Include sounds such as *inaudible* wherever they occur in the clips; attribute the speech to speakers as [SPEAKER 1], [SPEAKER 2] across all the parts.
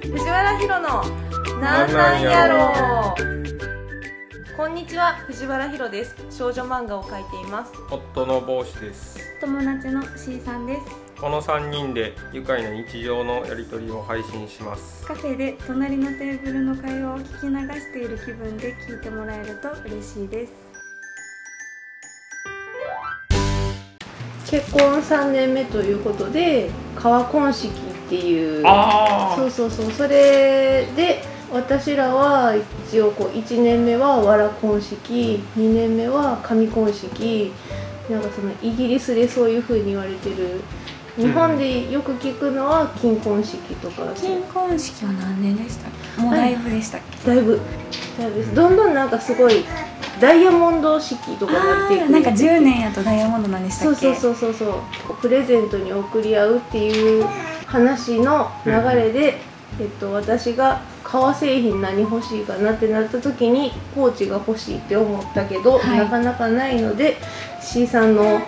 [SPEAKER 1] ひろのなんなんやろこんにちは藤原ひろです少女漫画を描いています
[SPEAKER 2] 夫の帽子です
[SPEAKER 3] 友達の C さんです
[SPEAKER 2] この3人で愉快な日常のやり取りを配信します
[SPEAKER 3] カフェで隣のテーブルの会話を聞き流している気分で聞いてもらえると嬉しいです
[SPEAKER 4] 結婚3年目ということで川婚式っていうそう
[SPEAKER 2] あ
[SPEAKER 4] そうそうそれで私らは一応こう1年目はわら婚式2年目は紙婚式なんかそのイギリスでそういう風に言われてる日本でよく聞くのは金婚式とか
[SPEAKER 3] 金婚式は何年でしたっけもう
[SPEAKER 4] は
[SPEAKER 3] だ
[SPEAKER 4] い
[SPEAKER 3] いぶでしたっけ、
[SPEAKER 4] だいぶだいぶどんどんなんかすごいダイヤモンド式とかになってい
[SPEAKER 3] あ
[SPEAKER 4] く
[SPEAKER 3] ーなんか10年やとダイヤモンド何でした
[SPEAKER 4] そう
[SPEAKER 3] っ
[SPEAKER 4] そう
[SPEAKER 3] けう
[SPEAKER 4] そうそうそうプレゼントに送り合うっていう話の流れで、えっと、私が革製品何欲しいかなってなった時にコーチが欲しいって思ったけど、
[SPEAKER 3] はい
[SPEAKER 4] なかなかないので C さんの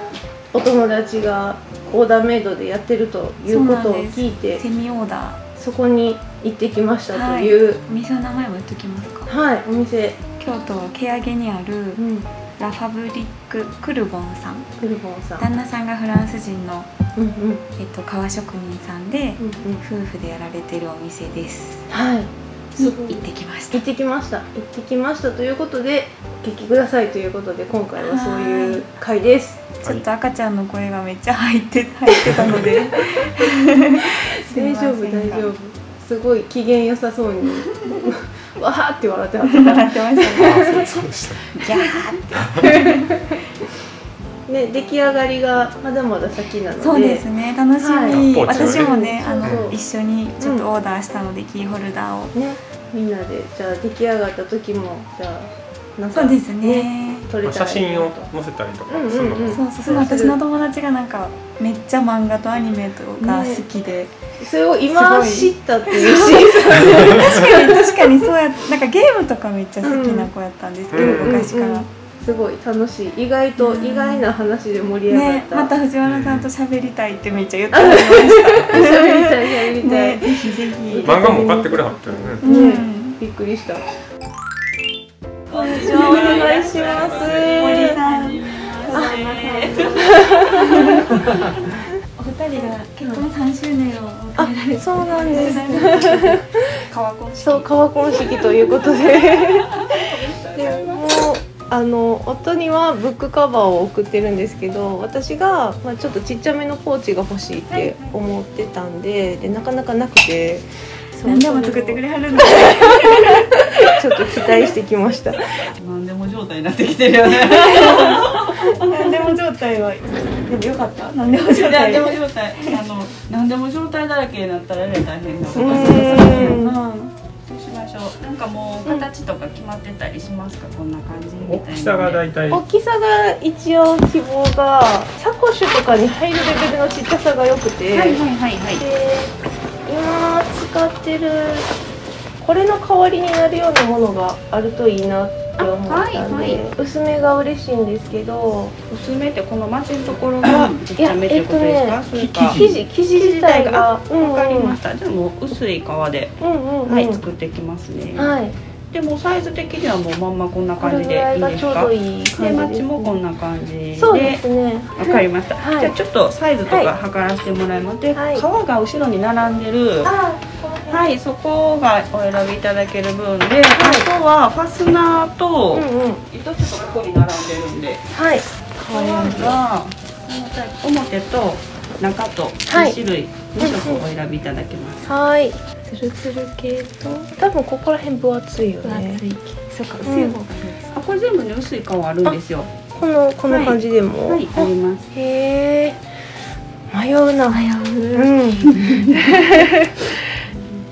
[SPEAKER 4] お友達がオーダーメイドでやってるということを聞いて
[SPEAKER 3] セミオーダー
[SPEAKER 4] そこに行ってきましたという、
[SPEAKER 3] お店の名前も言っときますか
[SPEAKER 4] はいお店、
[SPEAKER 3] 京都ケアゲにある
[SPEAKER 4] うん、
[SPEAKER 3] ラファブリッククルボンさん
[SPEAKER 4] クルボンさん。
[SPEAKER 3] 旦那さんがフランス人の、
[SPEAKER 4] うんうんうん
[SPEAKER 3] えっと、革職人さんで
[SPEAKER 4] うん、
[SPEAKER 3] 夫婦でやられてるお店です
[SPEAKER 4] はい
[SPEAKER 3] に
[SPEAKER 4] すごい
[SPEAKER 3] 行ってきました
[SPEAKER 4] 行ってきました行ってきましたということでお聞きくださいということで今回はそういう回です
[SPEAKER 3] ちょっと赤ちゃんの声がめっちゃ入って入ってたのですい
[SPEAKER 4] 大
[SPEAKER 3] ませ
[SPEAKER 4] 丈
[SPEAKER 3] ん
[SPEAKER 4] 夫
[SPEAKER 3] が
[SPEAKER 4] 大丈夫すごい機嫌良さそう
[SPEAKER 3] *laughs*
[SPEAKER 4] にわーって笑ってはっ
[SPEAKER 3] 笑ってましたね
[SPEAKER 2] ーそうそうでした
[SPEAKER 3] ギャーって
[SPEAKER 4] たね出来上がりがまだまだ先なので
[SPEAKER 3] そうですね楽しみ、
[SPEAKER 4] はい
[SPEAKER 3] 私もね
[SPEAKER 4] そう
[SPEAKER 3] あ
[SPEAKER 4] そう
[SPEAKER 3] の一緒にちょっとオーダーしたので、キーホルダーを
[SPEAKER 4] ねみんなでじゃあ出来上がった時もじゃあなんか
[SPEAKER 3] そうですね
[SPEAKER 4] 撮れ
[SPEAKER 2] まあ
[SPEAKER 4] たら
[SPEAKER 2] 写真を
[SPEAKER 4] と
[SPEAKER 2] 載せたりとか
[SPEAKER 4] うんうんうん
[SPEAKER 2] するのも、
[SPEAKER 3] そうそうその私の友達がなんかめっちゃ漫画とアニメとか好きで、
[SPEAKER 4] それを今
[SPEAKER 3] す
[SPEAKER 4] 知
[SPEAKER 3] ごい
[SPEAKER 4] ったっていうシーズン
[SPEAKER 3] 確かに確かにそうやなんかゲームとかめっちゃ好きな子やったんですけど、
[SPEAKER 2] うん
[SPEAKER 3] 昔から、
[SPEAKER 4] うんうんすごい楽しい意外と意外な話で盛り上がっ
[SPEAKER 3] ね
[SPEAKER 4] た、
[SPEAKER 3] また藤原さんと喋りたいってめっちゃ言って *laughs* まし
[SPEAKER 4] 喋りたい喋
[SPEAKER 3] た
[SPEAKER 4] りたい、
[SPEAKER 3] ねぜひぜひ
[SPEAKER 2] 漫画も買ってくれはったよね
[SPEAKER 3] う
[SPEAKER 4] ね
[SPEAKER 3] ん
[SPEAKER 4] びっくりした
[SPEAKER 1] こんにちはお願いします
[SPEAKER 3] 森さんお二人が結婚3周年を迎えられて
[SPEAKER 4] そうなんです
[SPEAKER 3] 川越
[SPEAKER 4] そう川婚式ということででもうあの夫にはブックカバーを送ってるんですけど私が、まあ、ちょっとちっちゃめのポーチが欲しいって思ってたんででなかなかなくてそう
[SPEAKER 3] 何でも作ってくれはるんだ
[SPEAKER 4] ちょっと期待してきましたね
[SPEAKER 5] 何でも状態になってきてるよね。 *laughs*
[SPEAKER 3] 何でも状態はでもよかった何でも状
[SPEAKER 5] 何
[SPEAKER 3] 態
[SPEAKER 5] でも状態、あの、何でも状態だらけになったら、ね、大変だ。そうう
[SPEAKER 4] ーん
[SPEAKER 5] しましょう。なんかもう、形とか決まってたりしますか、こんな感じみたいな、
[SPEAKER 2] 大きさが大体
[SPEAKER 4] 大きさが一応希望がサコッシュとかに入るレベルのちっちゃさが良くて、
[SPEAKER 5] はいはいはいはい。
[SPEAKER 4] で今使ってるこれの代わりになるようなものがあるといいなって思ったんで、
[SPEAKER 5] あはい
[SPEAKER 4] 薄めが嬉しいんですけど
[SPEAKER 5] 薄めってこのマチのところがちっ
[SPEAKER 4] い
[SPEAKER 5] ち
[SPEAKER 4] や
[SPEAKER 5] ゃめって
[SPEAKER 4] えっ
[SPEAKER 5] こととです
[SPEAKER 4] ね
[SPEAKER 5] か、それか。
[SPEAKER 4] 生地生地自体がうん
[SPEAKER 5] わかりました。じゃあもう薄い皮で、
[SPEAKER 4] うんうんうん
[SPEAKER 5] はい、作っていきますね。
[SPEAKER 4] はい
[SPEAKER 5] でもサイズ的にはもうまんまこんな
[SPEAKER 4] こ
[SPEAKER 5] 感
[SPEAKER 4] れ
[SPEAKER 5] じ
[SPEAKER 4] ぐ
[SPEAKER 5] で
[SPEAKER 4] ら
[SPEAKER 5] い
[SPEAKER 4] い
[SPEAKER 5] い
[SPEAKER 4] が
[SPEAKER 5] で
[SPEAKER 4] ち
[SPEAKER 5] す
[SPEAKER 4] ょう
[SPEAKER 5] か
[SPEAKER 4] ど。いい
[SPEAKER 5] で、
[SPEAKER 4] 感じ
[SPEAKER 5] マチもこ
[SPEAKER 4] ね
[SPEAKER 5] んな感じで。
[SPEAKER 4] そうですね
[SPEAKER 5] わかりました、
[SPEAKER 4] はい
[SPEAKER 5] じゃあちょっとサイズと
[SPEAKER 4] はい
[SPEAKER 5] か測らせてもらいます、で、
[SPEAKER 4] はい
[SPEAKER 5] 皮が後ろに並んでる
[SPEAKER 4] あ
[SPEAKER 5] はいそこがお選びいただける分で、あとはファスナー
[SPEAKER 4] う
[SPEAKER 5] と
[SPEAKER 4] んうん
[SPEAKER 5] 糸とかここに並んでるんで
[SPEAKER 4] はい
[SPEAKER 5] 皮が表と中と
[SPEAKER 4] はい
[SPEAKER 5] 2種類2色をお選びいただけます、
[SPEAKER 4] はい
[SPEAKER 3] ツルツル系と
[SPEAKER 4] 多分ここら辺分厚いよ
[SPEAKER 3] 分
[SPEAKER 4] ね
[SPEAKER 3] 厚い系そうか薄い方がいいです
[SPEAKER 5] あこれ全部ね薄い皮あるんですよ
[SPEAKER 4] このこの感じでも、
[SPEAKER 5] はいあります
[SPEAKER 4] へえ迷うな
[SPEAKER 3] 迷う
[SPEAKER 4] うん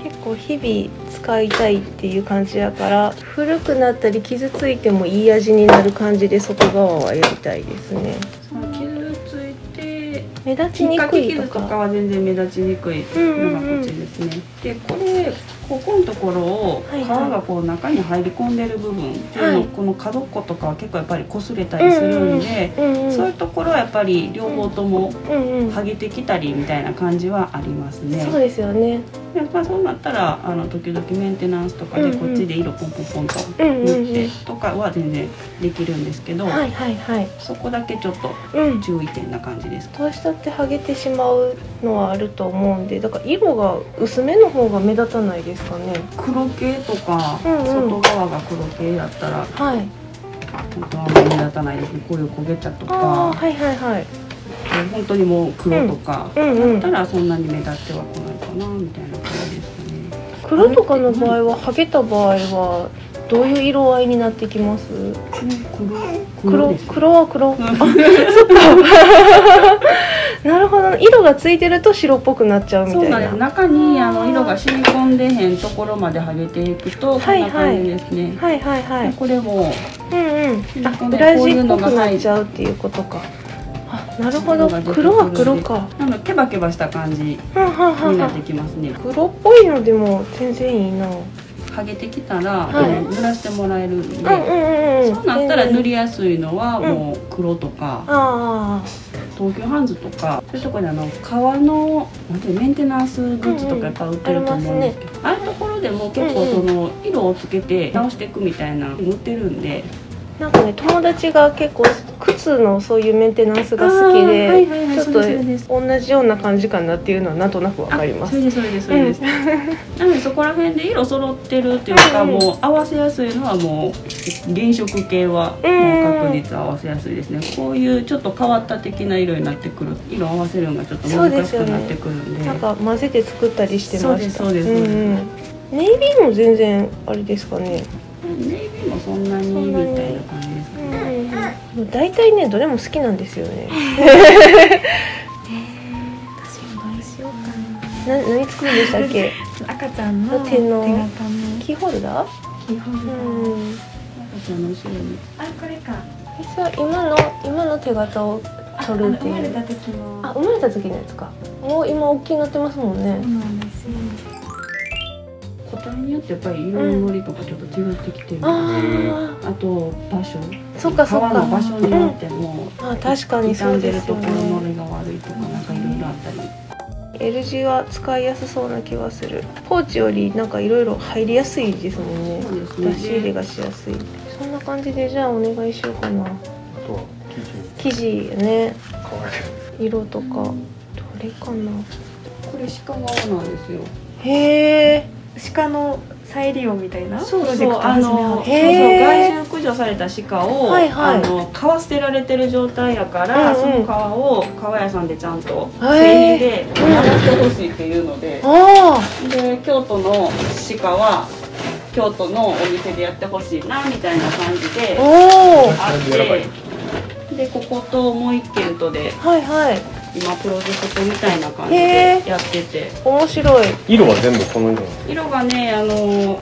[SPEAKER 4] 結構日々使いたいっていう感じやから古くなったり傷ついてもいい味になる感じで外側はやりたいですね
[SPEAKER 5] その傷ついて
[SPEAKER 4] 目立ち
[SPEAKER 5] きっ
[SPEAKER 4] に
[SPEAKER 5] か
[SPEAKER 4] く
[SPEAKER 5] け
[SPEAKER 4] いと
[SPEAKER 5] 傷と
[SPEAKER 4] か
[SPEAKER 5] かは全然目立ちにくい
[SPEAKER 4] うんう
[SPEAKER 5] の
[SPEAKER 4] ん
[SPEAKER 5] が
[SPEAKER 4] うん
[SPEAKER 5] こっちですね、でこれここのところを
[SPEAKER 1] はいはい
[SPEAKER 5] 皮がこう中に入り込んでる部分っていうの、
[SPEAKER 4] はい
[SPEAKER 5] この角っことかは結構やっぱり擦れたりするんで、
[SPEAKER 4] うんうん
[SPEAKER 5] そういうところはやっぱり両方とも
[SPEAKER 4] うんうん
[SPEAKER 5] 剥げてきたりみたいな感じはありますね。
[SPEAKER 4] そうですよね
[SPEAKER 5] でまあ、そうなったらあの時々メンテナンスとか
[SPEAKER 4] う
[SPEAKER 5] で
[SPEAKER 4] んうん
[SPEAKER 5] こっちで色ポンポンポンと
[SPEAKER 4] うんうん
[SPEAKER 5] 塗っ
[SPEAKER 4] う
[SPEAKER 5] て
[SPEAKER 4] ん
[SPEAKER 5] とかは全然できるんですけど、
[SPEAKER 4] はいはいはい
[SPEAKER 5] そこだけちょっと
[SPEAKER 4] うん
[SPEAKER 5] 注意点な感じですか。
[SPEAKER 4] どうしたって剥げてしまうのはあると思うんでだから色が薄めの方が目立たないですかね
[SPEAKER 5] 黒系とか、
[SPEAKER 4] うんうん
[SPEAKER 5] 外側が黒系だったら
[SPEAKER 4] はい
[SPEAKER 5] 本当はあんまり目立たないですねこういう焦げ茶と
[SPEAKER 4] ああ
[SPEAKER 5] か
[SPEAKER 4] はいはいはい
[SPEAKER 5] 本当にもう黒とか、
[SPEAKER 4] うんう
[SPEAKER 5] だった
[SPEAKER 4] ん
[SPEAKER 5] らそんなに目立ってはこないかなみたいな感じですかね
[SPEAKER 4] 黒とかの場合は剥げた場合はどういう色合いになってきます
[SPEAKER 5] 黒黒
[SPEAKER 4] 黒
[SPEAKER 5] です
[SPEAKER 4] 黒は黒
[SPEAKER 5] うん
[SPEAKER 4] *laughs* なるほど色がついてると白っぽくなっちゃうみ
[SPEAKER 5] そう
[SPEAKER 4] たい
[SPEAKER 5] なんで
[SPEAKER 4] な
[SPEAKER 5] す中にあの色が染み込んでへんところまで剥げていくとこ
[SPEAKER 4] は
[SPEAKER 5] ん
[SPEAKER 4] い
[SPEAKER 5] な感じですね、
[SPEAKER 4] はいはいはい
[SPEAKER 5] これも
[SPEAKER 4] うんうんあ
[SPEAKER 5] こ
[SPEAKER 4] ブ
[SPEAKER 5] れ
[SPEAKER 4] ラ
[SPEAKER 5] こう
[SPEAKER 4] ジ
[SPEAKER 5] いう
[SPEAKER 4] ルっぽ
[SPEAKER 5] のが
[SPEAKER 4] く
[SPEAKER 5] は
[SPEAKER 4] なっ
[SPEAKER 5] い
[SPEAKER 4] ちゃうっていうことかあなるほど
[SPEAKER 5] 色が出てくる
[SPEAKER 4] 黒は黒か
[SPEAKER 5] なのでケバケバした感じに
[SPEAKER 4] はんはんはんは
[SPEAKER 5] なって
[SPEAKER 4] ん
[SPEAKER 5] きますね
[SPEAKER 4] 黒っぽいのでも全然いいな
[SPEAKER 5] 剥げてきたら、
[SPEAKER 4] はい
[SPEAKER 5] あの濡らしてもらえるんで、
[SPEAKER 4] うん
[SPEAKER 5] そうなったら塗
[SPEAKER 4] り
[SPEAKER 5] りやすいのは
[SPEAKER 4] うん
[SPEAKER 5] もう黒とか、
[SPEAKER 4] ああ
[SPEAKER 5] 東急ハンズとかそういうところであの革のなんていうのメンテナンスグッズとかやっぱ売ってると思うんですけど、ああいうところでも結構
[SPEAKER 4] うんう
[SPEAKER 5] そ
[SPEAKER 4] ん
[SPEAKER 5] の色をつけて直していくみたいなの売ってるんで
[SPEAKER 4] なんかね友達が結構靴のそういうメンテナンスが好きで、
[SPEAKER 5] あーはいはいはい
[SPEAKER 4] ちょっ
[SPEAKER 5] それですそれで
[SPEAKER 4] と同じような感じかなっていうのはなんとなくわかりま
[SPEAKER 5] あそれ
[SPEAKER 4] す
[SPEAKER 5] ですそれですそれです、なのでそこら辺で色揃ってるっていうか、
[SPEAKER 4] うんうん
[SPEAKER 5] もう合わせやすいのはもう原色系は
[SPEAKER 4] うん
[SPEAKER 5] もう確実合わせやすいですね、こういうちょっと変わった的な色になってくる色合わせるのがちょっと
[SPEAKER 4] そうで
[SPEAKER 5] 難
[SPEAKER 4] す
[SPEAKER 5] し
[SPEAKER 4] よ
[SPEAKER 5] く
[SPEAKER 4] ね
[SPEAKER 5] なってくるんで
[SPEAKER 4] なんか混ぜて作ったりしてました
[SPEAKER 5] そうですそうです
[SPEAKER 4] んうんネイビーも全然あれですかね
[SPEAKER 5] ネイビーもそんなにみたいな感じですかね
[SPEAKER 4] でも大体ねどれも好きなんですよね
[SPEAKER 3] 私も何しよう
[SPEAKER 4] な何作るんでしたっ
[SPEAKER 5] *laughs*
[SPEAKER 4] け
[SPEAKER 3] かな赤ちゃんの
[SPEAKER 4] 手
[SPEAKER 3] 手
[SPEAKER 4] の
[SPEAKER 3] の
[SPEAKER 4] キーホルダー
[SPEAKER 3] キーホル
[SPEAKER 4] う
[SPEAKER 3] ダー
[SPEAKER 4] ん
[SPEAKER 5] 赤ちゃんの後ろに
[SPEAKER 3] あこれか
[SPEAKER 4] それは今の今の手形を
[SPEAKER 3] あ
[SPEAKER 4] 取るって
[SPEAKER 3] 生
[SPEAKER 4] いう
[SPEAKER 3] まれた時の
[SPEAKER 4] あ生まれた時のやつかもう今大きくなってますもんね
[SPEAKER 3] そうなんですよ
[SPEAKER 5] 個体によってやっぱり色ののりとかちょっと違ってきてるんで、あ
[SPEAKER 4] あ
[SPEAKER 5] と場所
[SPEAKER 4] そっかそっか
[SPEAKER 5] 川の場所によっても、
[SPEAKER 4] ああ確かにそ
[SPEAKER 5] 傷
[SPEAKER 4] うん
[SPEAKER 5] で
[SPEAKER 4] で
[SPEAKER 5] る
[SPEAKER 4] す
[SPEAKER 5] と
[SPEAKER 4] よ
[SPEAKER 5] ころの
[SPEAKER 4] ね
[SPEAKER 5] りが悪いとかなんかいろいろあったり
[SPEAKER 4] L 字は使いやすそうな気はするポーチよりなんかいろいろ入りやすいですもんね
[SPEAKER 5] そうですね
[SPEAKER 4] 出し入れがしやすいそんな感じでじゃあお願いしようかな
[SPEAKER 2] あとは生地に
[SPEAKER 4] 生地ね
[SPEAKER 2] 変わる
[SPEAKER 4] 色とかどれかな
[SPEAKER 5] これ鹿革なんですよ
[SPEAKER 4] へえ
[SPEAKER 3] 鹿の再利用みたいな
[SPEAKER 5] そう
[SPEAKER 3] プロジ
[SPEAKER 5] そ
[SPEAKER 3] ェ
[SPEAKER 5] う
[SPEAKER 3] クト
[SPEAKER 5] あ
[SPEAKER 3] 始め
[SPEAKER 5] の
[SPEAKER 3] は
[SPEAKER 5] そうそう
[SPEAKER 3] っ
[SPEAKER 4] へー
[SPEAKER 5] 害獣駆除された鹿を、
[SPEAKER 4] はいはい
[SPEAKER 5] あの皮捨てられてる状態やから、
[SPEAKER 4] うんうん
[SPEAKER 5] その皮を革屋さんでちゃんと
[SPEAKER 4] へー
[SPEAKER 5] 繊維で洗ってほしいっていうので、
[SPEAKER 4] あ
[SPEAKER 5] で京都の鹿は京都のお店でやってほしいなみたいな感じ
[SPEAKER 4] あ
[SPEAKER 5] で
[SPEAKER 4] おお
[SPEAKER 5] あってでここともう一軒とで
[SPEAKER 4] はいはい
[SPEAKER 5] 今プロジェクトみたいな感じ
[SPEAKER 4] へ
[SPEAKER 5] で
[SPEAKER 4] ー
[SPEAKER 5] やってて
[SPEAKER 4] 面白い
[SPEAKER 2] 色は全部この色なの
[SPEAKER 5] 色がねあの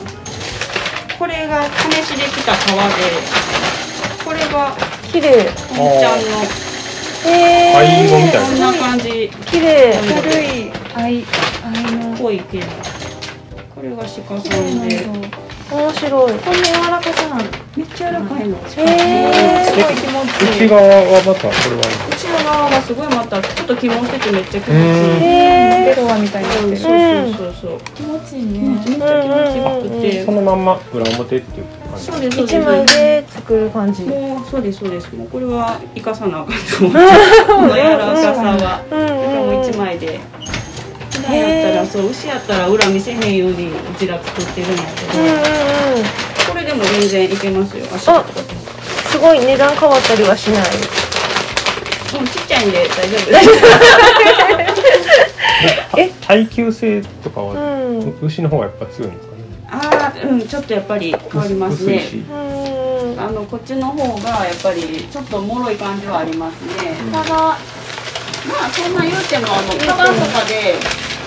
[SPEAKER 5] これが試しできた革でこれが
[SPEAKER 4] 綺麗
[SPEAKER 5] おみちゃんの
[SPEAKER 4] へえ
[SPEAKER 2] 灰色みたい
[SPEAKER 5] こんな感じっ
[SPEAKER 4] 綺麗
[SPEAKER 5] 軽
[SPEAKER 4] い
[SPEAKER 3] 愛愛の
[SPEAKER 5] ぽい系これが鹿さん
[SPEAKER 3] 綺麗
[SPEAKER 5] で
[SPEAKER 3] な色
[SPEAKER 4] 面白い
[SPEAKER 3] こんな柔らかさなのめっちゃ柔らかい
[SPEAKER 4] へ
[SPEAKER 3] の
[SPEAKER 4] え
[SPEAKER 3] すごい気持ち
[SPEAKER 2] 内
[SPEAKER 3] いい
[SPEAKER 2] 側はまたこれは
[SPEAKER 5] 内側がすごいまたちょっと起毛しててめっちゃ気持ちいい。
[SPEAKER 4] へ
[SPEAKER 3] ベ
[SPEAKER 4] え
[SPEAKER 3] ロアみたいになって
[SPEAKER 5] そう
[SPEAKER 3] る
[SPEAKER 5] そうそうそう。
[SPEAKER 3] 気持ちいい
[SPEAKER 5] めっ
[SPEAKER 3] ね
[SPEAKER 5] ちゃ気持ちよくて。
[SPEAKER 2] このまんま裏表っていう感じ
[SPEAKER 5] そうですそう
[SPEAKER 4] 一
[SPEAKER 5] です。
[SPEAKER 4] 枚で作る感じうん
[SPEAKER 5] もうそうですそうです。もうこれは生かさなあかんと思って。この柔らかさは。
[SPEAKER 4] うん
[SPEAKER 5] も
[SPEAKER 4] うん
[SPEAKER 5] う一枚で。普段やったらそう牛やったら裏見せへんようにうちら作ってるんやけ
[SPEAKER 4] うんうんう
[SPEAKER 5] ど、
[SPEAKER 4] ん
[SPEAKER 5] これでも全然いけますよ。足とかでも。
[SPEAKER 4] すごい値段変わったりはしない
[SPEAKER 5] もうちっちゃいんで大丈夫です。
[SPEAKER 4] え
[SPEAKER 2] 耐久性とかは、
[SPEAKER 4] うんうん
[SPEAKER 2] 牛の方がやっぱ強いんですかね
[SPEAKER 5] ああ、うんちょっとやっぱり変わります
[SPEAKER 2] 薄い
[SPEAKER 5] ね。
[SPEAKER 2] し
[SPEAKER 5] あのこっちの方がやっぱりちょっと脆い感じはありますね。
[SPEAKER 2] うん
[SPEAKER 5] ただまあそんな言うてもあのカバンとかで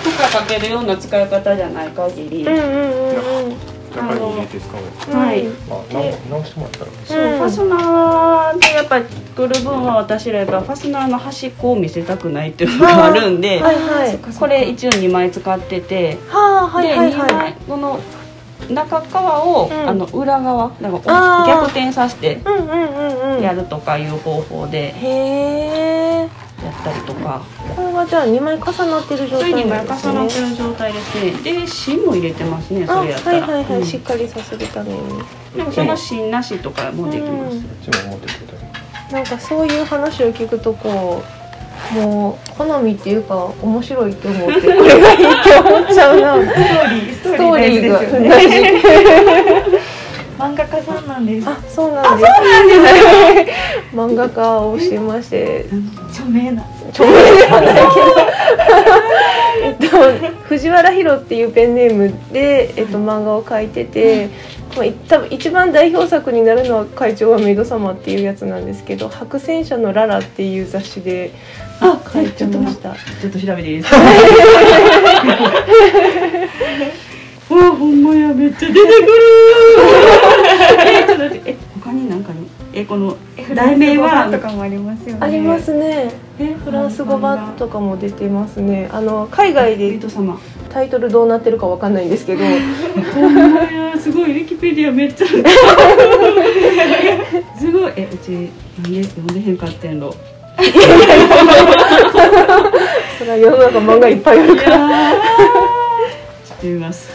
[SPEAKER 5] 負荷かけるような使い方じゃない限り、
[SPEAKER 4] うんうんうんうん
[SPEAKER 2] 中に入れて使うやつ。
[SPEAKER 5] はい
[SPEAKER 4] うん
[SPEAKER 2] あ、直直してもらったら。
[SPEAKER 5] そう
[SPEAKER 4] うん
[SPEAKER 5] ファスナーでやっぱり作る分は私らやっぱファスナーの端っこを見せたくないっていうのがあるんで、
[SPEAKER 4] はいはい
[SPEAKER 5] これ一応2枚使ってて、
[SPEAKER 4] はあはいはい
[SPEAKER 5] で2
[SPEAKER 4] は
[SPEAKER 5] 枚
[SPEAKER 4] い
[SPEAKER 5] この中側を、
[SPEAKER 4] うん
[SPEAKER 5] あの裏側なん
[SPEAKER 4] あー
[SPEAKER 5] かお逆転させて
[SPEAKER 4] うんうんうんうん
[SPEAKER 5] やるとかいう方法で
[SPEAKER 4] へえ
[SPEAKER 5] やったりとか、
[SPEAKER 4] これはじゃあ2枚重なってる状
[SPEAKER 5] そういう
[SPEAKER 4] 態
[SPEAKER 5] 2
[SPEAKER 4] な
[SPEAKER 5] 枚
[SPEAKER 4] んです
[SPEAKER 5] 重なっ
[SPEAKER 4] ね
[SPEAKER 5] てる状態ですねで芯も入れてますね
[SPEAKER 4] あ
[SPEAKER 5] それやったら、
[SPEAKER 4] はいはいはい、
[SPEAKER 5] うん
[SPEAKER 4] しっかりさせるために
[SPEAKER 5] でもその芯なしとかもできます、
[SPEAKER 4] うん
[SPEAKER 2] こっちも持ってくれたら。
[SPEAKER 4] なんかそういう話を聞くとこうもう好みっていうか面白いって思ってこれがいいって思っちゃうなストーリーが
[SPEAKER 3] ですよね
[SPEAKER 4] 大事
[SPEAKER 3] 漫画家さんなんです
[SPEAKER 4] あ *laughs* そうなんです漫画家をしてまして
[SPEAKER 3] 著名な
[SPEAKER 4] 著名ではないけどえっと藤原ヒロっていうペンネームで、えっと、漫画を描いてて、まあ、い多分一番代表作になるのは「会長はメイド様」っていうやつなんですけど「白戦車のララ」っていう雑誌で
[SPEAKER 5] あ
[SPEAKER 4] 書いてました。
[SPEAKER 5] ちょっと調べていいです
[SPEAKER 4] *laughs*
[SPEAKER 5] か。わあ、ほんまや、めっちゃ出
[SPEAKER 4] *laughs*
[SPEAKER 5] てくる。え、ちょっと待って、え、他になんかに、え、この題名は。
[SPEAKER 3] とかもありますよね
[SPEAKER 4] ありますね。
[SPEAKER 5] え、
[SPEAKER 4] フランス語版とかも出てますね。あの海外
[SPEAKER 5] えっ
[SPEAKER 4] で
[SPEAKER 5] と様。
[SPEAKER 4] タイトルどうなってるかわかんないんですけど、
[SPEAKER 5] ほんまや、すごい、ウィキペディアめっ
[SPEAKER 4] *laughs*
[SPEAKER 5] ちゃ。すごい、え、うち、なんで、読んでへんかってんの。
[SPEAKER 4] それは世の中漫画いっぱいある
[SPEAKER 5] い
[SPEAKER 4] から。
[SPEAKER 5] やー。ちょっと読みます。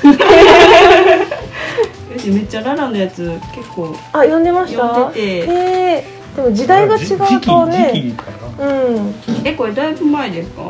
[SPEAKER 5] うちめっちゃララのやつ、結構。
[SPEAKER 4] あ、 *laughs* 読んでました。
[SPEAKER 5] 読んでて
[SPEAKER 4] へえ。でも時代が違うと
[SPEAKER 2] 時
[SPEAKER 4] ね。
[SPEAKER 2] 期かな。
[SPEAKER 4] うん。
[SPEAKER 5] え、これだいぶ前ですか。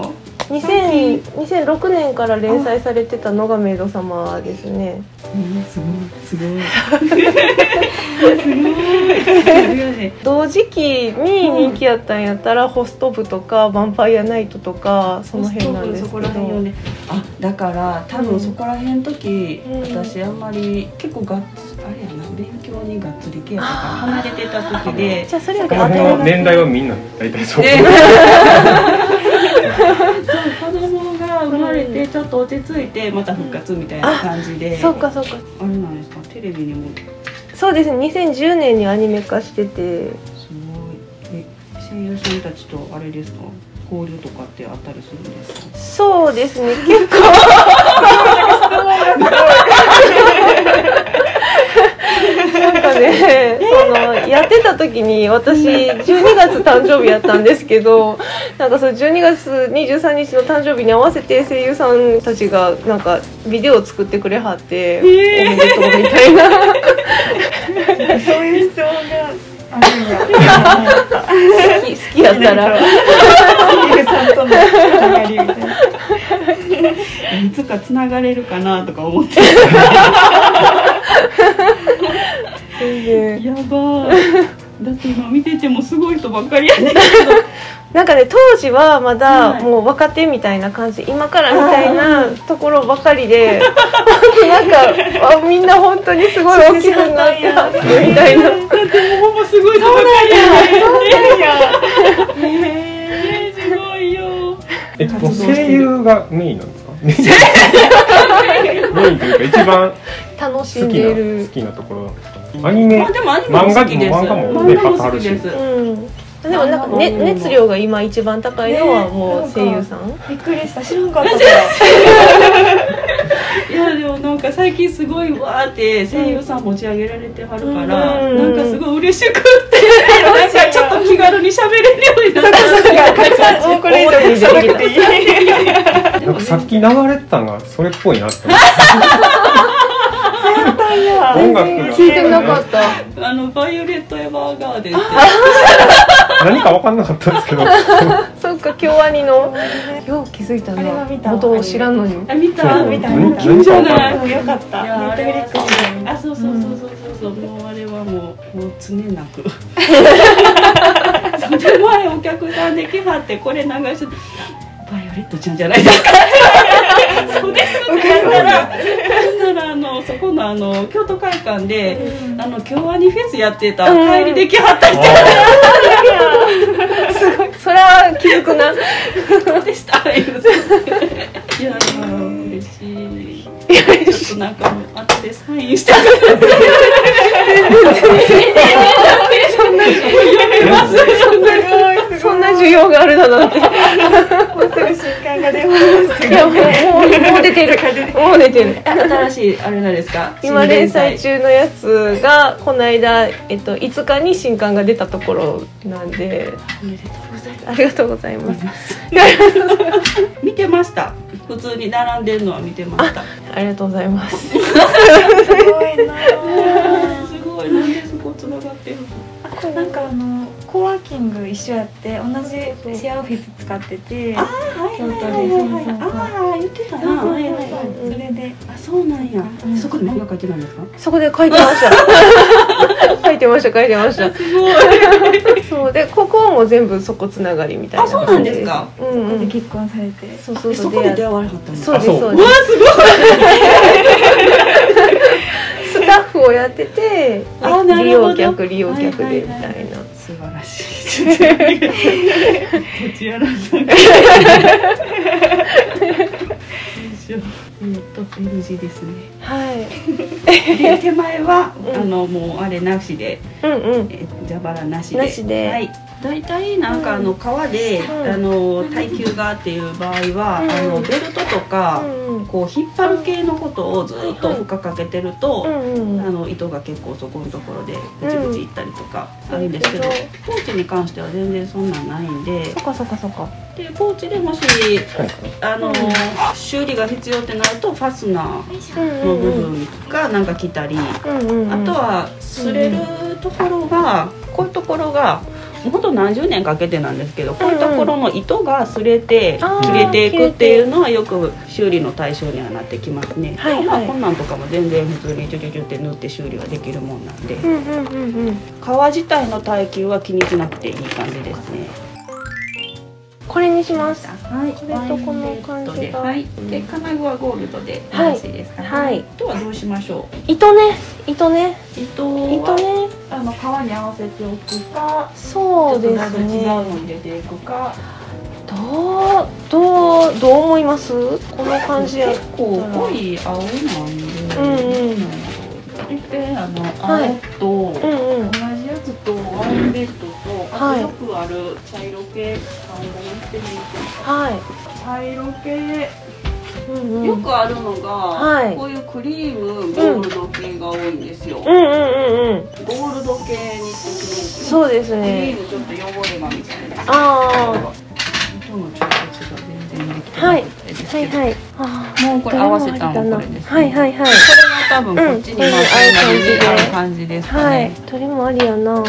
[SPEAKER 4] 2000 2006年から連載されてたのがメイド様ですね。
[SPEAKER 5] うんすごいすごいすごいすごい
[SPEAKER 4] 同時期に人気やったんやったら、ホスト部とかヴァンパイアナイトとかその辺なんです
[SPEAKER 5] そ
[SPEAKER 4] け
[SPEAKER 5] こら辺よ
[SPEAKER 4] ど。
[SPEAKER 5] ねあだから多分そこら辺の時、
[SPEAKER 4] うん
[SPEAKER 5] 私あんまり結構がっつあれやな勉強にがっつり系やったから離れてた時で
[SPEAKER 4] じゃあそれより
[SPEAKER 2] この辺
[SPEAKER 4] 後
[SPEAKER 2] は年代はみんな大体そう。
[SPEAKER 5] ね子供が生まれてちょっと落ち着いてまた復活みたいな感じで、
[SPEAKER 4] そうかそうか。
[SPEAKER 5] あれなんですかテレビにもす
[SPEAKER 4] そうですね。2010年にアニメ化してて。
[SPEAKER 5] ごいえ声優さんたちとあれですか交流とかってあったりするんですか
[SPEAKER 4] そうですね。結構。なんかね、そのやってた時に私12月誕生日やったんですけどなんかそう12月23日の誕生日に合わせて声優さんたちがなんかビデオを作ってくれはって、おめでとうみたいな
[SPEAKER 3] そういう質問があるんや
[SPEAKER 4] 好き好きやったら
[SPEAKER 3] 声優さんとのつながりみたい
[SPEAKER 5] *laughs*
[SPEAKER 3] ない
[SPEAKER 5] つかつながれるかなとか思って
[SPEAKER 4] 全然
[SPEAKER 5] *laughs* やばーだって今見ててもすごい人ばっかりやね *laughs*
[SPEAKER 4] なんかね当時はまだ
[SPEAKER 5] はい
[SPEAKER 4] もう若手みたいな感じ、今からみたいなところばかりでなんかあみんな本当にすごい大きくなってはってみたいな
[SPEAKER 5] だってもうほぼすごい人ばっかりやねえすごいよ
[SPEAKER 2] え、もう声優がメインなんですか。メインというか、一番
[SPEAKER 4] 楽し
[SPEAKER 2] 好
[SPEAKER 4] ん
[SPEAKER 2] き
[SPEAKER 4] で
[SPEAKER 2] な、
[SPEAKER 4] る
[SPEAKER 2] 好きなところなんですかね。アニメ
[SPEAKER 5] まあ。でもアニメも好きです
[SPEAKER 2] 漫画も
[SPEAKER 5] 漫画も好きです
[SPEAKER 4] うんでもなんか、ね、熱量が今一番高いのはもう声優さん
[SPEAKER 3] びっくりした知らんかったから
[SPEAKER 5] いやでもなんか最近すごいわーって声優さん持ち上げられてはるから、
[SPEAKER 4] うん
[SPEAKER 5] なんかすごい *laughs* 嬉しくって、なんかちょっと気軽に喋れるようになった
[SPEAKER 4] もうこれ以上にできない
[SPEAKER 2] なんかさっき流れてたのがそれっぽいなって思っ
[SPEAKER 3] や
[SPEAKER 2] て音楽が
[SPEAKER 4] 聞いてなかった
[SPEAKER 5] あのバイオレット・エヴァーガーデンって
[SPEAKER 2] 何か分かんなかったんですけど
[SPEAKER 4] そっか京アニのよう気づいた
[SPEAKER 3] あれは
[SPEAKER 4] な
[SPEAKER 3] 見た
[SPEAKER 4] 元を知らんのに
[SPEAKER 5] あ見た
[SPEAKER 2] そう
[SPEAKER 5] 見た
[SPEAKER 2] 何
[SPEAKER 3] 緊
[SPEAKER 5] 張
[SPEAKER 2] 何か分かん
[SPEAKER 5] な
[SPEAKER 2] ないい
[SPEAKER 3] うんよかった
[SPEAKER 5] い
[SPEAKER 3] ネ
[SPEAKER 5] やー
[SPEAKER 3] ットフリックスで
[SPEAKER 5] あそうそうそうそうそうそう、もうあれはもうもう常なく *laughs* それ前お客さんで来はってこれ流してバイオレットちゃんじゃない *laughs* ですかそうですってやったらなんならあのそこのあの京都会館で、あの京アニフェスやってた、
[SPEAKER 4] うん
[SPEAKER 5] 帰りで来はった人
[SPEAKER 4] すごいそれは気づくな
[SPEAKER 5] *laughs* でした言うていやー嬉しいちょっとなんかもう後でサインしてくれ
[SPEAKER 4] そんな需要があるだなんてい
[SPEAKER 3] もうすぐ瞬間が出ます
[SPEAKER 4] やもうもうもう出てる *laughs* もう出てる
[SPEAKER 5] *laughs* 新しいあれなんですか
[SPEAKER 4] 今連載中のやつがこの間、えっと、5日に新刊が出たところなんで
[SPEAKER 5] おめでとうございま
[SPEAKER 4] ありがとうございます
[SPEAKER 5] す見てました普通に並んでるのは見てました
[SPEAKER 4] ありがとうございます
[SPEAKER 3] すごいなあ
[SPEAKER 5] すごいなんでそこ繋がってるの
[SPEAKER 3] なんかあのコワーキング一緒やって同じシェアオフィス使ってて
[SPEAKER 5] あはい
[SPEAKER 3] はいはいはいはい
[SPEAKER 5] ああ言ってたなはいはいはい
[SPEAKER 3] それで
[SPEAKER 5] あそうなんや
[SPEAKER 3] うん
[SPEAKER 5] そこで漫画描いてたんですか
[SPEAKER 4] そこで書いてました *laughs* 書いてました書いてました
[SPEAKER 5] すごい
[SPEAKER 4] そうでここも全部そこつながりみたいな
[SPEAKER 5] あそうなんですか
[SPEAKER 4] うん
[SPEAKER 3] ここ
[SPEAKER 4] う
[SPEAKER 3] で
[SPEAKER 4] ん
[SPEAKER 3] 結婚されて
[SPEAKER 4] そうそう
[SPEAKER 5] そ
[SPEAKER 4] そう
[SPEAKER 5] こで出会
[SPEAKER 4] 出会っ
[SPEAKER 5] われはったんです
[SPEAKER 4] そう
[SPEAKER 5] か
[SPEAKER 4] です
[SPEAKER 2] あそう
[SPEAKER 4] そうですスタッフをやってて
[SPEAKER 5] あな
[SPEAKER 4] 利
[SPEAKER 5] るほど
[SPEAKER 4] 用客利用客でみたいな、
[SPEAKER 5] はいはいは素晴らしい *laughs* こちらの *laughs* なんか一緒えっと N 字ですね
[SPEAKER 4] はい。
[SPEAKER 5] で手前は、
[SPEAKER 4] うん
[SPEAKER 5] あのもうあれなしで
[SPEAKER 4] うんうん。
[SPEAKER 5] え蛇腹なしで
[SPEAKER 4] なしで
[SPEAKER 5] はい大体なんかあの川で、
[SPEAKER 4] うん
[SPEAKER 5] あの耐久がっていう場合は、
[SPEAKER 4] うん
[SPEAKER 5] あのベルトと
[SPEAKER 4] う
[SPEAKER 5] か、
[SPEAKER 4] んうん。
[SPEAKER 5] こう引っ張る系のことをずっと負荷かけてると、
[SPEAKER 4] うんう
[SPEAKER 5] あ
[SPEAKER 4] ん。
[SPEAKER 5] の糸が結構そこのところでブチブチいったりとかあるんですけど、
[SPEAKER 4] うん
[SPEAKER 5] ポーチに関しては全然そんなんないんで
[SPEAKER 4] そっかそっかそっか。
[SPEAKER 5] でポーチでもしあの、修理が必要ってなるとファスナー
[SPEAKER 4] うん
[SPEAKER 5] の部
[SPEAKER 4] ん。
[SPEAKER 5] 分がなんか来たり、
[SPEAKER 4] うんうん。
[SPEAKER 5] あとは擦れるところがこういうところがほんと何十年かけてなんですけどこういうところの糸が擦れて
[SPEAKER 4] あー
[SPEAKER 5] 切れていくっていうのはよく修理の対象にはなってきますね、
[SPEAKER 4] はいはい
[SPEAKER 5] まあこんなんとかも全然普通にジュジュジュって縫って修理はできるもんなんで
[SPEAKER 4] うんうんうんうん。
[SPEAKER 5] 革自体の耐久は気にしなくていい感じですね
[SPEAKER 4] これにします。
[SPEAKER 5] はい
[SPEAKER 4] これとこの感じが
[SPEAKER 5] はいで金具はゴールドでよ
[SPEAKER 4] はい
[SPEAKER 5] ろしいですかね、
[SPEAKER 4] はい
[SPEAKER 5] あとはどうしましょ
[SPEAKER 4] 糸ね。糸ね。
[SPEAKER 5] う糸
[SPEAKER 4] 糸
[SPEAKER 5] は
[SPEAKER 4] ね。
[SPEAKER 5] あの革に合わせておくか
[SPEAKER 4] そ
[SPEAKER 5] ちょ
[SPEAKER 4] う
[SPEAKER 5] っと
[SPEAKER 4] で
[SPEAKER 5] なんか
[SPEAKER 4] す
[SPEAKER 5] 違う
[SPEAKER 4] ね。
[SPEAKER 5] のに出ていくか
[SPEAKER 4] どうどうどう思います？この感じや。
[SPEAKER 5] 結構濃い青なんで、
[SPEAKER 4] うんうん
[SPEAKER 5] いっぺんあの
[SPEAKER 4] はい
[SPEAKER 5] 青と、
[SPEAKER 4] うんうん。
[SPEAKER 5] 同じやつとワインレッドと
[SPEAKER 4] は
[SPEAKER 5] あと
[SPEAKER 4] い
[SPEAKER 5] よくある茶色系あのやってみて
[SPEAKER 4] は
[SPEAKER 5] 茶色系、
[SPEAKER 4] い。うんうん。
[SPEAKER 5] よくあるのが、
[SPEAKER 4] はい
[SPEAKER 5] こういうクリームゴールド系が多いんですよ、
[SPEAKER 4] うんうんうんうん。
[SPEAKER 5] ゴールド系にして
[SPEAKER 4] そうです
[SPEAKER 5] クリ
[SPEAKER 4] ね。
[SPEAKER 5] ームちょっと汚れがみたいな
[SPEAKER 4] あ
[SPEAKER 5] 糸の調節が全然できて
[SPEAKER 4] あ。はい
[SPEAKER 5] なくてですけ
[SPEAKER 4] はい
[SPEAKER 5] ど
[SPEAKER 4] はい。あ
[SPEAKER 5] もうこれ合わせたの
[SPEAKER 4] どれも
[SPEAKER 5] も
[SPEAKER 4] あ
[SPEAKER 5] こ
[SPEAKER 4] りだな
[SPEAKER 5] れです、ね。
[SPEAKER 4] はいはいはい
[SPEAKER 5] これが多分こっちに回ってる感じで、
[SPEAKER 4] うん
[SPEAKER 5] 感じです
[SPEAKER 4] あ。
[SPEAKER 5] か
[SPEAKER 4] はい
[SPEAKER 5] ね。。
[SPEAKER 4] どれもありやな。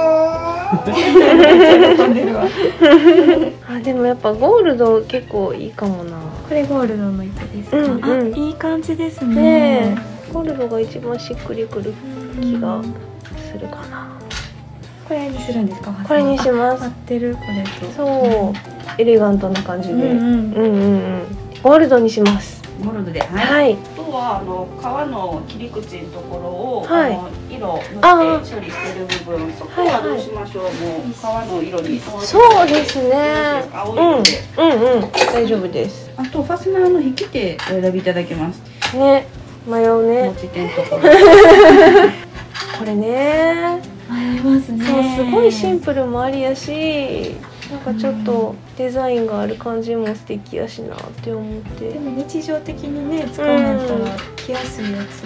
[SPEAKER 4] *laughs* あでもやっぱゴールド結構いいかもな。
[SPEAKER 3] これゴールドの糸ですか、
[SPEAKER 4] うんうん
[SPEAKER 3] あいい感じですね
[SPEAKER 4] ねえ、ゴールドが一番しっくりくる気がするかな。
[SPEAKER 3] これにするんですか
[SPEAKER 4] これにしま
[SPEAKER 3] 合
[SPEAKER 4] す
[SPEAKER 3] っ。てるこれと
[SPEAKER 4] そう、エレガントな感じ
[SPEAKER 3] う
[SPEAKER 4] で。
[SPEAKER 3] ん
[SPEAKER 4] うん
[SPEAKER 3] う
[SPEAKER 4] う
[SPEAKER 3] ん
[SPEAKER 4] んうん。ゴールドにします。
[SPEAKER 5] ゴールドで、はい。
[SPEAKER 4] はい。
[SPEAKER 5] あとはあの皮の切り口のところを、
[SPEAKER 4] はい
[SPEAKER 5] あの色塗
[SPEAKER 4] あ
[SPEAKER 5] って処理してる部分そこはどうしましょう、もう皮の色に
[SPEAKER 4] そうですね。
[SPEAKER 5] 青
[SPEAKER 4] う
[SPEAKER 5] 色
[SPEAKER 4] ん
[SPEAKER 5] で、
[SPEAKER 4] うんうん。大丈夫です。
[SPEAKER 5] あとファスナーの引き手お選びいただけます
[SPEAKER 4] ね、迷う
[SPEAKER 5] 持
[SPEAKER 4] ね。
[SPEAKER 5] ち手のところ
[SPEAKER 4] これね。
[SPEAKER 3] 迷いますね
[SPEAKER 4] そうすごいシンプルもありやし、なんかちょっとデザインがある感じも素敵やしなって思っ
[SPEAKER 3] で
[SPEAKER 4] て。
[SPEAKER 3] も日常的にね使わないと着やすいやつ、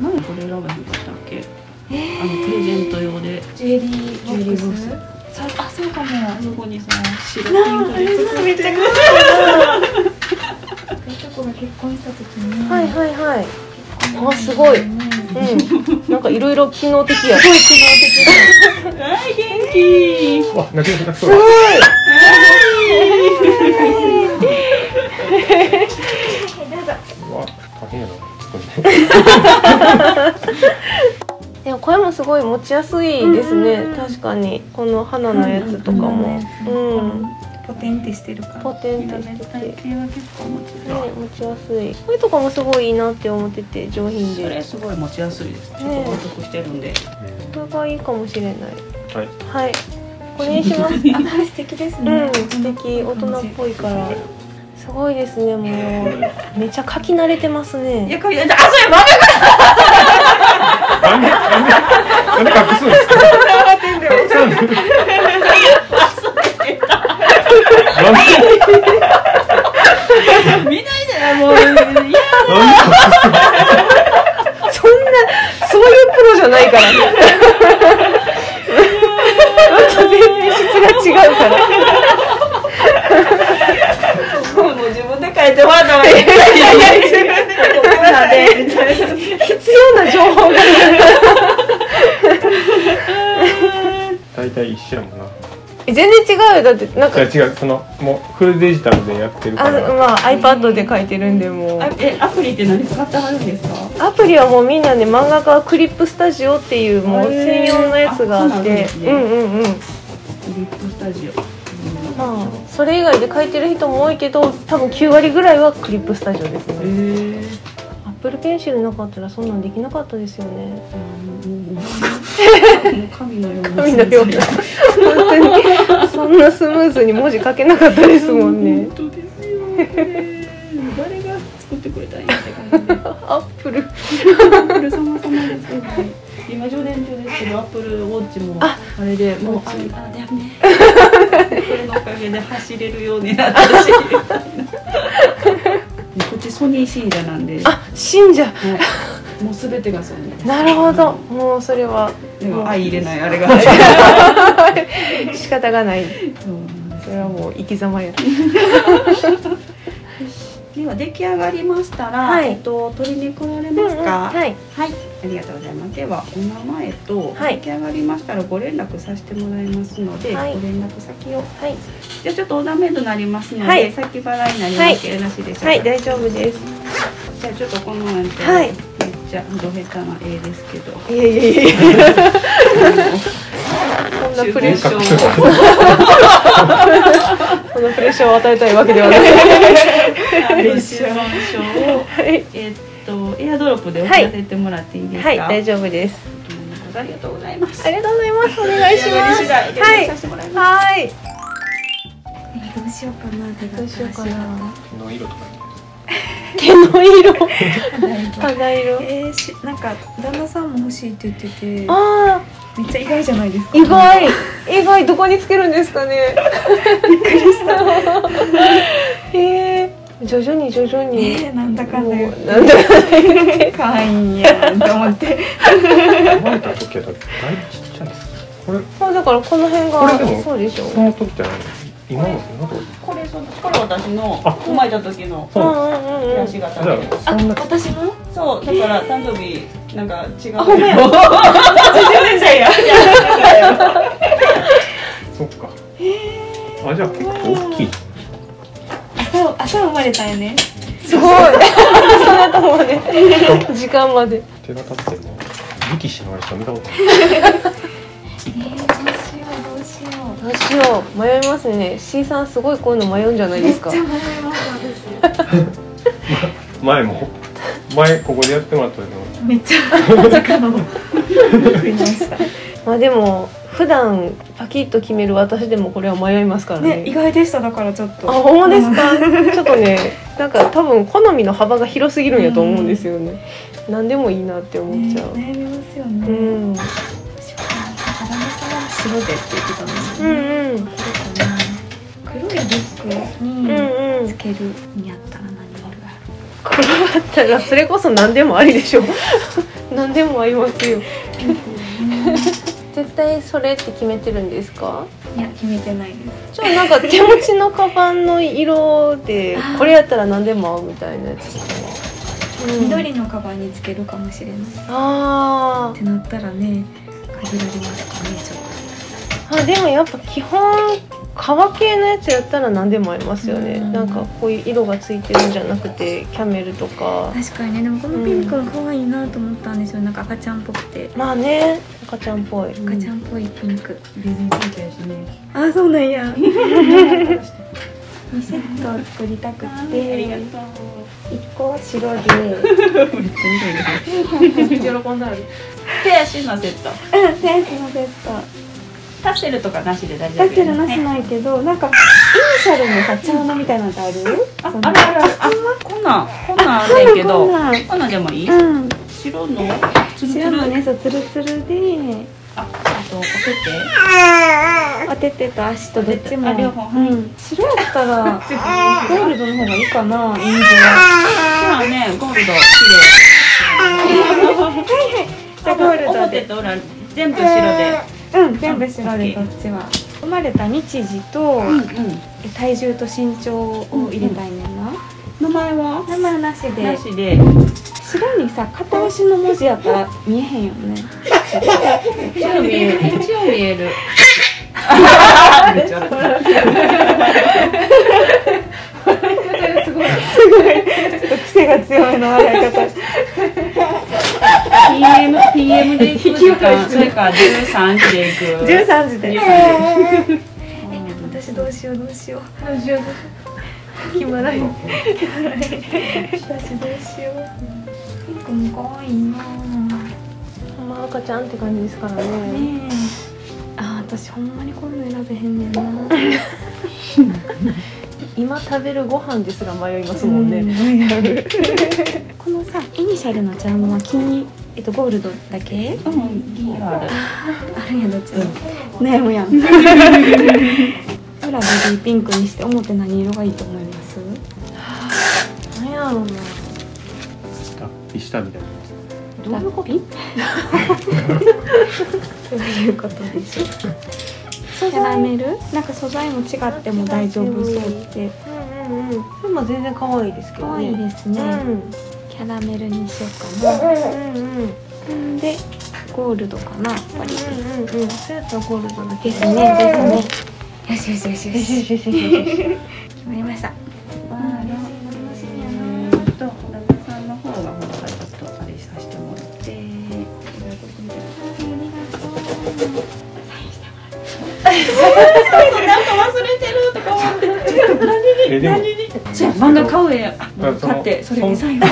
[SPEAKER 5] 何これ選べへんかったっけ、あのプレゼント用で
[SPEAKER 3] ジュエリーボックス
[SPEAKER 5] ジュエリーボックス
[SPEAKER 3] そうあそうかも
[SPEAKER 5] あそこにさ白ピ *laughs* ンクで作ってる
[SPEAKER 3] いとこが結婚した時に
[SPEAKER 4] はいはいはい。
[SPEAKER 3] 結婚
[SPEAKER 4] あすごい
[SPEAKER 3] うん
[SPEAKER 4] うん。なんかいろいろ機能的や。
[SPEAKER 5] はい元気
[SPEAKER 2] わ泣き泣きそ
[SPEAKER 4] す
[SPEAKER 2] うだ
[SPEAKER 4] ごい
[SPEAKER 2] わ大変やなこれね
[SPEAKER 4] でもこれもすごい持ちやすいです
[SPEAKER 3] うんうんう
[SPEAKER 4] ね
[SPEAKER 3] ん
[SPEAKER 4] 確かにこの花のやつとかもうん
[SPEAKER 3] ポテンってしてるから
[SPEAKER 4] ポテン
[SPEAKER 5] 色
[SPEAKER 4] とし
[SPEAKER 5] ね
[SPEAKER 4] てて、
[SPEAKER 5] 体
[SPEAKER 4] ね、
[SPEAKER 5] 型は結構持ちやすい
[SPEAKER 4] 持ちやすいこういうとこもすごいいいなって思ってて上品
[SPEAKER 5] それ
[SPEAKER 4] です
[SPEAKER 5] ごい持ちやすいです。ちょっと満足してるんで。
[SPEAKER 4] これがいいかもしれない
[SPEAKER 2] はい
[SPEAKER 4] *laughs* はいこれにします
[SPEAKER 3] あ素敵です
[SPEAKER 4] う
[SPEAKER 3] ね
[SPEAKER 4] ん素敵大人っぽいからすごいですねもうめちゃ書き慣れてます
[SPEAKER 5] い
[SPEAKER 4] ね
[SPEAKER 5] や、かあ、そうや、豆が
[SPEAKER 2] なんでなんでなんで隠すんですか。そうなんですなんで
[SPEAKER 5] 見ないで、もう、いや、
[SPEAKER 2] なんで
[SPEAKER 4] そんなそういうプロじゃないから全然質が違うから
[SPEAKER 5] もうもう自分で書いてもらったわけ。いやいやいや、自分で書いてもらったで。
[SPEAKER 4] 必要な情報が
[SPEAKER 2] 大体一緒やもんな。
[SPEAKER 4] 全然違うよだってなん
[SPEAKER 2] じ
[SPEAKER 4] か
[SPEAKER 2] ゃ違うそのもうフルデジタルでやってるか
[SPEAKER 4] あ
[SPEAKER 2] ら。
[SPEAKER 4] まあ iPad で書いてるんでもう
[SPEAKER 5] あえ、アプリって何使ってはるんですか。
[SPEAKER 4] アプリはもうみんなね漫画家クリップスタジオっていうもう専
[SPEAKER 5] へー
[SPEAKER 4] 用のやつがあっ
[SPEAKER 5] あ
[SPEAKER 4] て
[SPEAKER 5] そううなん
[SPEAKER 4] んうんうん
[SPEAKER 5] クリップスタジオ。
[SPEAKER 4] まあそれ以外で書いてる人も多いけど多分9割ぐらいはクリップスタジオです
[SPEAKER 5] え
[SPEAKER 4] ね
[SPEAKER 5] ー
[SPEAKER 4] アップルペンシルなかったらそんなんできなかったですよね
[SPEAKER 5] あもうもう神のような。
[SPEAKER 4] 神のような本当にそんなスムーズに文字書けなかったですもんね
[SPEAKER 5] 本当ですよ、ね。誰が作ってくれたんやって感じで。
[SPEAKER 4] アップル
[SPEAKER 5] アップル様様ですよね。今常連中ですけど、アップルウォッチもあれでもうああだよね。これのおかげで走れるようになったし。こっちソニー信者なんで、は
[SPEAKER 4] あ信者
[SPEAKER 5] い、もうすべてがソニー。
[SPEAKER 4] なるほどもうそれは
[SPEAKER 5] でも相入れないあ
[SPEAKER 4] *laughs*
[SPEAKER 5] れが入る。
[SPEAKER 4] 仕方がない
[SPEAKER 5] そうなんです
[SPEAKER 4] それはもう生き様や
[SPEAKER 5] では出来上がりましたら、
[SPEAKER 4] はい
[SPEAKER 5] えっと取りに来られますか。
[SPEAKER 4] はい
[SPEAKER 5] はい、ありがとうございます。では、お名前と、
[SPEAKER 4] はい
[SPEAKER 5] 出来上がりましたらご連絡させてもらいますので、
[SPEAKER 4] はい
[SPEAKER 5] ご連絡先を。
[SPEAKER 4] はい
[SPEAKER 5] じゃあちょっとオーダーメイドになりますので、
[SPEAKER 4] はい
[SPEAKER 5] 先払いになりますけど、よろしいでしょうか。
[SPEAKER 4] はい大丈夫です
[SPEAKER 5] じゃあちょっとこのなんて、
[SPEAKER 4] はい
[SPEAKER 5] めっちゃド下手な絵ですけど、
[SPEAKER 4] いやいやいや *laughs* そんなプレッシャー
[SPEAKER 5] 注文
[SPEAKER 2] ショ
[SPEAKER 5] 書を
[SPEAKER 4] そんなプレッシャーを与えたいわけではない
[SPEAKER 5] あの注文書を
[SPEAKER 4] はい、
[SPEAKER 5] えっとエアドロップで送らせてもらっていいですか。
[SPEAKER 4] はい、大丈夫です
[SPEAKER 5] 夫。ありがとうございます。
[SPEAKER 4] ありがとうございますお願いします
[SPEAKER 5] はい。させてもらいます。
[SPEAKER 4] はい
[SPEAKER 3] えどうしようかな手
[SPEAKER 4] どうしようかな
[SPEAKER 2] の色とか。
[SPEAKER 4] 毛の色肌色
[SPEAKER 3] えー、しなんか旦那さんも欲しいって言っててめっ
[SPEAKER 4] あ
[SPEAKER 3] ちゃ意外じゃないですか
[SPEAKER 4] ー意外意外どこにつけるんですかねびっくりしたへえ徐々に徐々に、
[SPEAKER 3] えー、なんだかんだ言っ
[SPEAKER 4] もうなんだ
[SPEAKER 3] て可愛いんやんと思って
[SPEAKER 2] 生まれた時はだいぶちっちゃいです。これ
[SPEAKER 4] まあだからこの辺
[SPEAKER 2] これで
[SPEAKER 4] が
[SPEAKER 2] も
[SPEAKER 4] そうでしょ
[SPEAKER 2] その時じゃない。今の今のとこ。
[SPEAKER 5] これそのこれ私の生まれた時の
[SPEAKER 4] う
[SPEAKER 2] そ
[SPEAKER 4] んう
[SPEAKER 2] う。
[SPEAKER 4] んうんうん
[SPEAKER 5] 足
[SPEAKER 2] じゃ
[SPEAKER 5] 型で。
[SPEAKER 2] あそんな
[SPEAKER 3] 私も
[SPEAKER 5] そう、だから誕生日なんか違う。
[SPEAKER 4] あほんまや
[SPEAKER 5] 全然違うや。
[SPEAKER 2] そっか。あじゃあ結構大きい。
[SPEAKER 3] 朝朝生まれたよね
[SPEAKER 4] すごいその後まで時間まで
[SPEAKER 2] 手が立ってるの。力士のあれしか見たことない。
[SPEAKER 3] えー、どうしようどうしよう
[SPEAKER 4] どうしよう迷いますね C さんすごいこういうの迷うんじゃないですか
[SPEAKER 3] めっちゃ迷いました私
[SPEAKER 2] 前も前ここでやってもらったけど。
[SPEAKER 3] めっちゃまさかの食いました
[SPEAKER 4] まあでも普段パキッと決める私でもこれは迷いますからね
[SPEAKER 3] ね意外でしただからちょっ
[SPEAKER 4] あ
[SPEAKER 3] と
[SPEAKER 4] ほんまですかちょっとねなんか多分好みの幅が広すぎるんやと思うんですよね何でもいいなって思っ
[SPEAKER 3] ね
[SPEAKER 4] ちゃう、
[SPEAKER 3] 悩みますよ
[SPEAKER 4] う
[SPEAKER 3] ね
[SPEAKER 4] ん、うん
[SPEAKER 3] 確かに旦那さんは白でって言ってたんです
[SPEAKER 4] うん
[SPEAKER 3] よね、黒いリュック
[SPEAKER 4] うん
[SPEAKER 3] に
[SPEAKER 4] うん
[SPEAKER 3] つけるにあったら何がある
[SPEAKER 4] これだったらそれこそ何でもありでしょ *laughs* 何でもありますよ絶対それって決めてるんですか
[SPEAKER 3] いや決めてないです
[SPEAKER 4] じゃあなんか手持ちのカバンの色 *laughs* でこれやったら何でも合うみたいなやつとかは、うん
[SPEAKER 3] 緑のカバンにつけるかもしれないっ
[SPEAKER 4] あー
[SPEAKER 3] てなったらね限られますかねちょっ
[SPEAKER 4] あでもやっぱ基本革系のやつやったら何でも合いますよね、
[SPEAKER 3] うん
[SPEAKER 4] なんかこういう色がついてるんじゃなくてキャメルとか
[SPEAKER 3] と確かにねでもこのピンクは可愛いなと思ったんですよなんか赤ちゃんっぽくて
[SPEAKER 4] まあね赤ちゃんっぽい、
[SPEAKER 3] 赤ちゃんっぽいピンク
[SPEAKER 5] 全然関係しね。
[SPEAKER 3] あそうなんや2セットを作りたく
[SPEAKER 5] あり
[SPEAKER 3] て
[SPEAKER 5] がと
[SPEAKER 3] 1個は *laughs* 白で
[SPEAKER 5] う。めっちゃ緑だ。
[SPEAKER 4] 喜んだ
[SPEAKER 5] 手足のセット。
[SPEAKER 3] うんセンスのセット
[SPEAKER 5] タッセルとかなしで大丈夫
[SPEAKER 3] パ
[SPEAKER 5] よね。
[SPEAKER 3] ステルなしないけどなんかシャルのさ茶のみたいなのってある
[SPEAKER 5] ああるあるあるあこんなんこんなんあるんやけど
[SPEAKER 3] こんなん
[SPEAKER 5] こんなんでもいい
[SPEAKER 3] うん
[SPEAKER 5] 白のつるつ
[SPEAKER 3] 白
[SPEAKER 5] る
[SPEAKER 3] のねそうつるつるで
[SPEAKER 5] ああとお手
[SPEAKER 3] おててと足とどっちも
[SPEAKER 5] あ両方はい
[SPEAKER 3] うん、白やったらゴールドの方がいいかな人数は
[SPEAKER 5] 手今ねゴールド綺麗
[SPEAKER 3] じゃあゴールド
[SPEAKER 5] 表
[SPEAKER 3] で
[SPEAKER 5] と裏全部白で
[SPEAKER 3] うん全部白でどっちは生まれた日時と、
[SPEAKER 5] うんうん
[SPEAKER 3] 体重と身長を入れたいねんな、
[SPEAKER 5] 名前は
[SPEAKER 3] 名前なし
[SPEAKER 5] な
[SPEAKER 3] で
[SPEAKER 5] しで
[SPEAKER 3] 白にさ片押しの文字やったら見えへんよね
[SPEAKER 5] *laughs* 一応見える一応見える *laughs* めっちゃ笑って
[SPEAKER 3] ちょっ
[SPEAKER 5] るすごい
[SPEAKER 3] と癖が強いの笑い方
[SPEAKER 5] PM, PM で行く時間、それから13時で行く。
[SPEAKER 3] 13時で
[SPEAKER 5] 13
[SPEAKER 6] 私どうしようどうしよう
[SPEAKER 4] 決まらへん
[SPEAKER 6] 私どうしようピンクも可愛いなね
[SPEAKER 4] ほんま赤ちゃんって感じですから
[SPEAKER 6] え
[SPEAKER 4] ね
[SPEAKER 3] あー私ほんまにこういうの選べへんねんな
[SPEAKER 4] 今食べるご飯ですら迷いますもんね、
[SPEAKER 3] *laughs* このさイニシャルのジャムは金えっとゴールドだけ
[SPEAKER 5] うん、銀がある。
[SPEAKER 3] あるんやどっちも悩 *laughs* むやん裏ベビーピンクにして表何色がいいと思います
[SPEAKER 4] 何やろ
[SPEAKER 7] あ
[SPEAKER 4] う
[SPEAKER 7] ピスタみたいな
[SPEAKER 3] どういう *laughs* ことそういうことでしょキャラメルなんか素材も違っても大丈夫そうって
[SPEAKER 4] なうんうんうんそれも全然可愛いですけ
[SPEAKER 3] 可
[SPEAKER 4] ど
[SPEAKER 3] 愛い
[SPEAKER 4] ね
[SPEAKER 3] ですね、
[SPEAKER 4] うん
[SPEAKER 3] キャラメルにしようかな
[SPEAKER 4] うんうんうん
[SPEAKER 3] でゴールドかなやっぱりです
[SPEAKER 4] うんうんそうやったらゴールドだけ
[SPEAKER 3] ねですねよしよしよしよ
[SPEAKER 4] よしよ
[SPEAKER 3] し
[SPEAKER 4] しよしよしよし
[SPEAKER 3] 決まりました
[SPEAKER 5] 楽しみやな。ちょっと、旦那さんの方が、ほら、ちょっと、あれさせてもらって。なんか忘れてるとか思って。
[SPEAKER 7] えでも
[SPEAKER 5] じゃ、漫画買うや。
[SPEAKER 7] だから
[SPEAKER 5] 買って、それに
[SPEAKER 7] そ
[SPEAKER 5] サ
[SPEAKER 7] の
[SPEAKER 5] イン。あ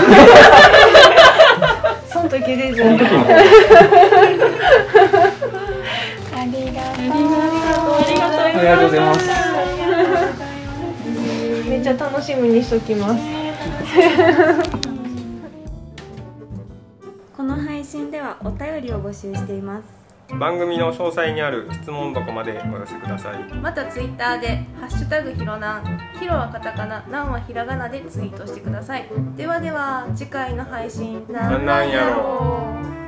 [SPEAKER 4] そん時でじ
[SPEAKER 7] そ
[SPEAKER 4] ゃ
[SPEAKER 7] の
[SPEAKER 4] ん
[SPEAKER 7] 時の
[SPEAKER 6] ありがとう
[SPEAKER 5] りがとう。
[SPEAKER 7] ありがとうございます
[SPEAKER 4] めっちゃ楽しみにしときます
[SPEAKER 6] この配信ではお便りを募集しています
[SPEAKER 2] 番組の詳細にある質問箱までお寄せください
[SPEAKER 8] またツイッターで「ハッシュタグひろなん」ひろはカタカナなんはひらがなでツイートしてくださいではでは次回の配信
[SPEAKER 2] なんなんやろ
[SPEAKER 8] う